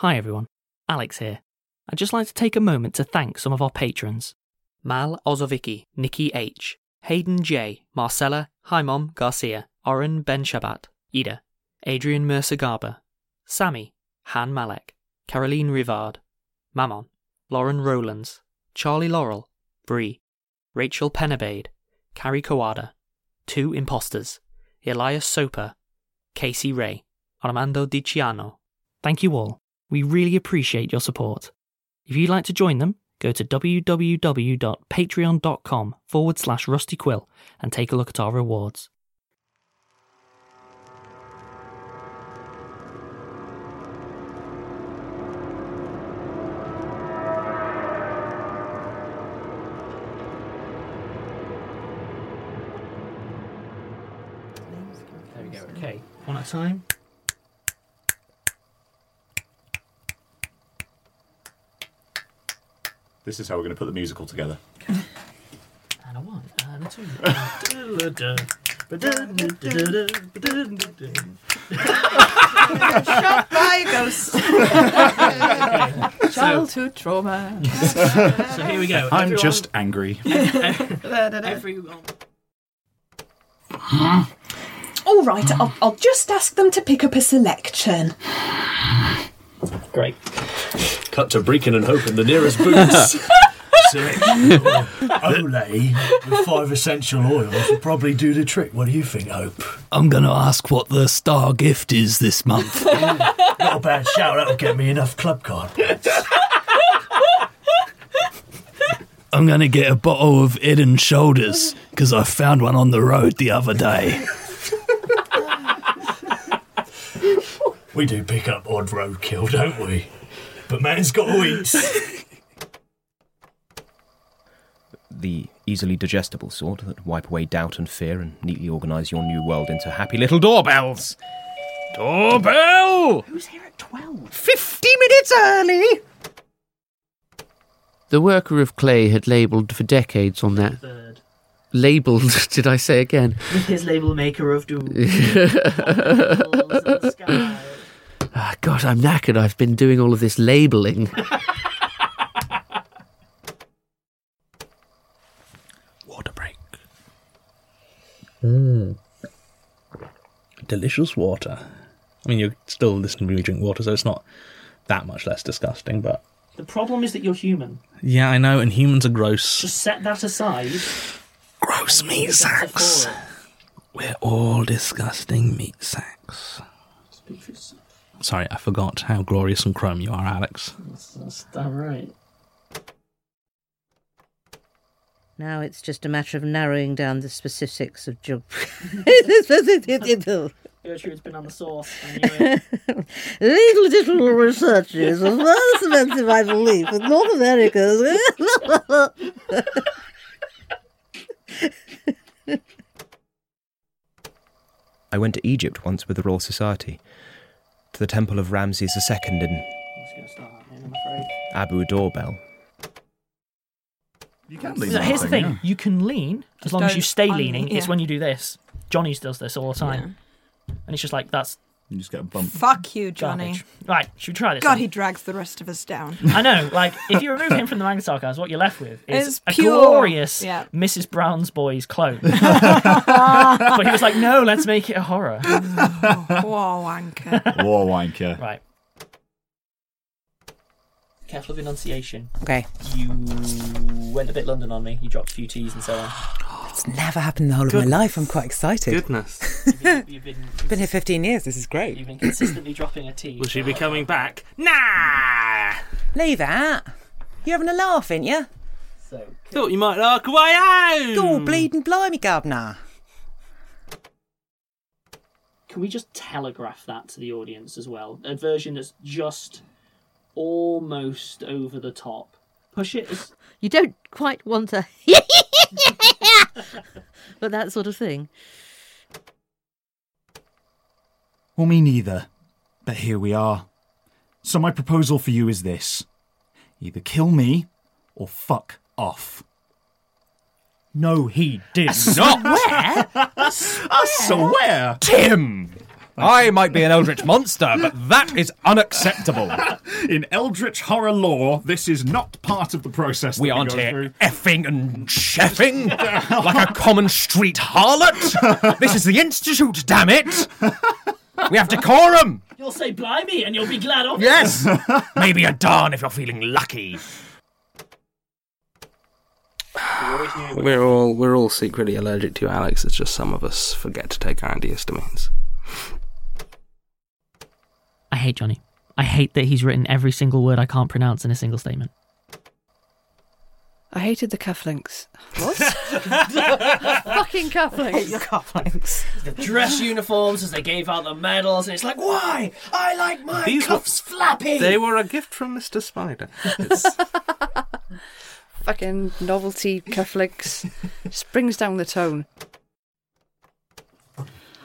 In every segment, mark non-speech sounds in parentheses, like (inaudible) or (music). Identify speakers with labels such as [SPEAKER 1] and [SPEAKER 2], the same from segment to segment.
[SPEAKER 1] Hi everyone, Alex here. I'd just like to take a moment to thank some of our patrons. Mal Ozovicki, Nikki H, Hayden J, Marcella, Haimom Garcia, Oren Benshabat, Ida, Adrian Mercer Garber, Sammy, Han Malek, Caroline Rivard, Mammon, Lauren Rowlands, Charlie Laurel, Bree, Rachel Penabade, Carrie Kawada, Two Imposters, Elias Soper, Casey Ray, Armando Di Ciano. Thank you all. We really appreciate your support. If you'd like to join them, go to www.patreon.com forward slash rustyquill and take a look at our rewards. There we go, okay. One at a time.
[SPEAKER 2] This is how we're going to put the musical together.
[SPEAKER 1] And a one, and a two. Shall
[SPEAKER 3] I ghost. Childhood trauma.
[SPEAKER 1] So here we go.
[SPEAKER 2] I'm
[SPEAKER 1] Everyone-
[SPEAKER 2] just angry.
[SPEAKER 1] everyone.
[SPEAKER 4] All right, I'll, I'll just ask them to pick up a selection.
[SPEAKER 1] Great.
[SPEAKER 5] Cut to Brecon and Hope in the nearest
[SPEAKER 4] (laughs)
[SPEAKER 5] booths.
[SPEAKER 6] Olay with five essential oils will probably do the trick. What do you think, Hope?
[SPEAKER 7] I'm going to ask what the star gift is this month.
[SPEAKER 6] Not a bad shout. That'll get me enough club card.
[SPEAKER 7] I'm going to get a bottle of Head and Shoulders because I found one on the road the other day.
[SPEAKER 6] We do pick up odd roadkill, don't we? But man's got to eat.
[SPEAKER 8] the easily digestible sort that wipe away doubt and fear and neatly organise your new world into happy little doorbells. Doorbell! Who's here at 12? 50 minutes early!
[SPEAKER 9] (laughs) The worker of clay had labelled for decades on that.
[SPEAKER 1] Third.
[SPEAKER 9] Labelled, (laughs) did I say again?
[SPEAKER 1] With his label maker of doom. the sky.
[SPEAKER 9] Ah, God, I'm knackered. I've been doing all of this (laughs) labelling.
[SPEAKER 7] Water break.
[SPEAKER 9] Mm.
[SPEAKER 10] Delicious water. I mean, you're still listening to me drink water, so it's not that much less disgusting, but.
[SPEAKER 1] The problem is that you're human.
[SPEAKER 10] Yeah, I know, and humans are gross.
[SPEAKER 1] Just set that aside.
[SPEAKER 10] Gross meat sacks. We're all disgusting meat sacks.
[SPEAKER 1] Speak for yourself.
[SPEAKER 10] Sorry, I forgot how glorious and chrome you are, Alex.
[SPEAKER 1] That's, that's that right.
[SPEAKER 11] Now it's just a matter of narrowing down the specifics of job. Little
[SPEAKER 1] Gertrude's been on the sauce. I knew it.
[SPEAKER 11] digital research is as well cemented my belief that North America.
[SPEAKER 8] I went to Egypt once with the Royal Society, to the temple of Ramses II
[SPEAKER 1] I'm
[SPEAKER 8] in
[SPEAKER 1] just going to start that in, I'm afraid.
[SPEAKER 8] Abu Doorbell.
[SPEAKER 2] You can leave
[SPEAKER 1] So
[SPEAKER 2] that
[SPEAKER 1] here's the thing:
[SPEAKER 2] yeah.
[SPEAKER 1] you can lean as long as you
[SPEAKER 3] don't
[SPEAKER 1] stay
[SPEAKER 3] unlean,
[SPEAKER 1] leaning. It's
[SPEAKER 3] yeah.
[SPEAKER 1] when you do this. Johnny's does this all the time, and it's just like that's
[SPEAKER 2] You just get a bump.
[SPEAKER 3] Fuck you, Johnny.
[SPEAKER 1] garbage. Right? Should we try this?
[SPEAKER 3] God,
[SPEAKER 1] then?
[SPEAKER 3] he drags the rest of us (laughs) down.
[SPEAKER 1] (laughs) I know. Like, if you remove him from the Magnetar cards, what you're left with is
[SPEAKER 3] It's
[SPEAKER 1] a
[SPEAKER 3] pure.
[SPEAKER 1] glorious
[SPEAKER 3] Yeah.
[SPEAKER 1] Mrs. Brown's Boys
[SPEAKER 3] (laughs)
[SPEAKER 1] clone. but he was like, no, let's make it a horror.
[SPEAKER 3] Whoa, wanker.
[SPEAKER 2] War (laughs) wanker.
[SPEAKER 1] Right. Careful of enunciation.
[SPEAKER 4] Okay.
[SPEAKER 1] You went a bit London on me. You dropped a few T's and so
[SPEAKER 4] (laughs)
[SPEAKER 1] on.
[SPEAKER 4] It's never happened in the whole of my life. I'm quite excited.
[SPEAKER 10] Goodness.
[SPEAKER 1] You've been, you've been,
[SPEAKER 4] Been here 15 years. This is
[SPEAKER 1] you've
[SPEAKER 4] great.
[SPEAKER 1] been consistently dropping a
[SPEAKER 4] (clears throat)
[SPEAKER 1] T.
[SPEAKER 10] she be coming back? Nah!
[SPEAKER 4] Leave that. You're having a laugh, ain't you?
[SPEAKER 1] So,
[SPEAKER 10] Thought you might arc away out!
[SPEAKER 4] Go bleeding blimey, gardener.
[SPEAKER 1] can we just telegraph that to the audience as well? A version that's just almost over the top. Push it as
[SPEAKER 11] You don't quite want to. (laughs) but that sort of thing.
[SPEAKER 12] Well, me neither. But here we are. So my proposal for you is this either kill me or fuck off. No, he did
[SPEAKER 8] I swear. I swear. Tim! I might be an eldritch monster, but that is unacceptable.
[SPEAKER 2] In eldritch horror lore, this is not part of the process.
[SPEAKER 8] We
[SPEAKER 2] that
[SPEAKER 8] aren't
[SPEAKER 2] go
[SPEAKER 8] here
[SPEAKER 2] through.
[SPEAKER 8] effing and cheffing like a common street harlot. This is the Institute, damn it! We have decorum!
[SPEAKER 1] You'll say blimey and you'll be glad of
[SPEAKER 8] Yes! Maybe a darn if you're feeling lucky.
[SPEAKER 13] We're all we're all secretly allergic to Alex. It's just some of us forget to take our antihistamines.
[SPEAKER 1] I hate Johnny. I hate that he's written every single word I can't pronounce in a single statement.
[SPEAKER 14] I hated the cufflinks. What?
[SPEAKER 15] Fucking
[SPEAKER 14] cufflinks.
[SPEAKER 15] Hate your cufflinks. The dress uniforms as they gave out the medals, and it's like, why? I like my
[SPEAKER 13] These were-
[SPEAKER 15] cuffs flapping.
[SPEAKER 13] They were a gift from Mr. Spider.
[SPEAKER 14] Fucking novelty cufflinks. Just brings down the tone.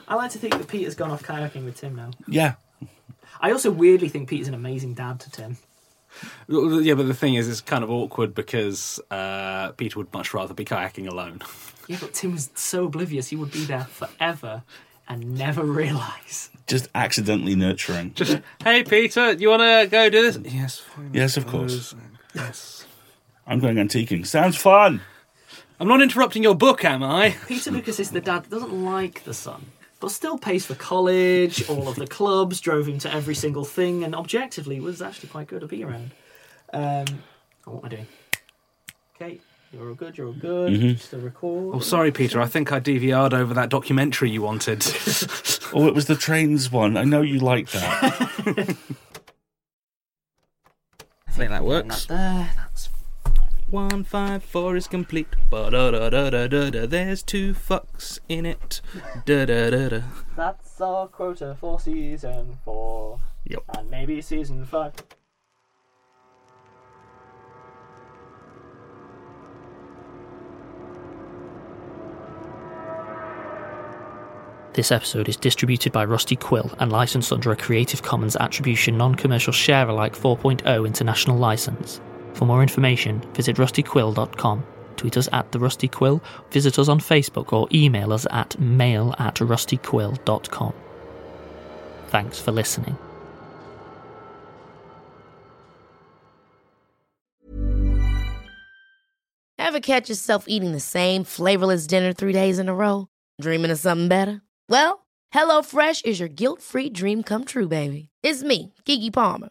[SPEAKER 16] I like to think that Peter's gone off kayaking with Tim now.
[SPEAKER 13] Yeah.
[SPEAKER 16] I also weirdly think Peter's an amazing dad to Tim.
[SPEAKER 17] Yeah, but the thing is, it's kind of awkward because uh, Peter would much rather be kayaking alone. (laughs)
[SPEAKER 16] Yeah, but Tim was so oblivious he would be there forever and never realise.
[SPEAKER 18] Just accidentally nurturing.
[SPEAKER 10] Just hey Peter, you want to go do this?
[SPEAKER 13] Yes, fine.
[SPEAKER 18] yes, of course.
[SPEAKER 13] Yes.
[SPEAKER 18] I'm going antiquing. Sounds fun.
[SPEAKER 10] I'm not interrupting your book, am I?
[SPEAKER 16] Peter Lucas is the dad that doesn't like the son, but still pays for college, all of the clubs, drove him to every single thing, and objectively was actually quite good to be around. Um, oh, what am I doing? Okay, you're all good, you're all good.
[SPEAKER 13] Mm-hmm.
[SPEAKER 17] Mhm.
[SPEAKER 16] Still record.
[SPEAKER 17] Oh, sorry, Peter. I think I DVR'd over that documentary you wanted.
[SPEAKER 18] Oh, it was the trains one. I know you like that.
[SPEAKER 10] I think that works. One five four is complete. Ba-da-da-da-da-da-da. There's two fucks in it. Da-da-da-da.
[SPEAKER 16] (laughs) That's our quota for season four.
[SPEAKER 10] Yep.
[SPEAKER 16] And maybe season five.
[SPEAKER 1] This episode is distributed by Rusty Quill and licensed under a Creative Commons Attribution Non Commercial Share Alike 4.0 international license. For more information, visit rustyquill.com, tweet us at the Rusty Quill, visit us on Facebook, or email us at mail at rustyquill.com. Thanks for listening.
[SPEAKER 19] Ever catch yourself eating the same flavorless dinner three days in a row? Dreaming of something better? Well, HelloFresh is your guilt free dream come true, baby. It's me, Gigi Palmer.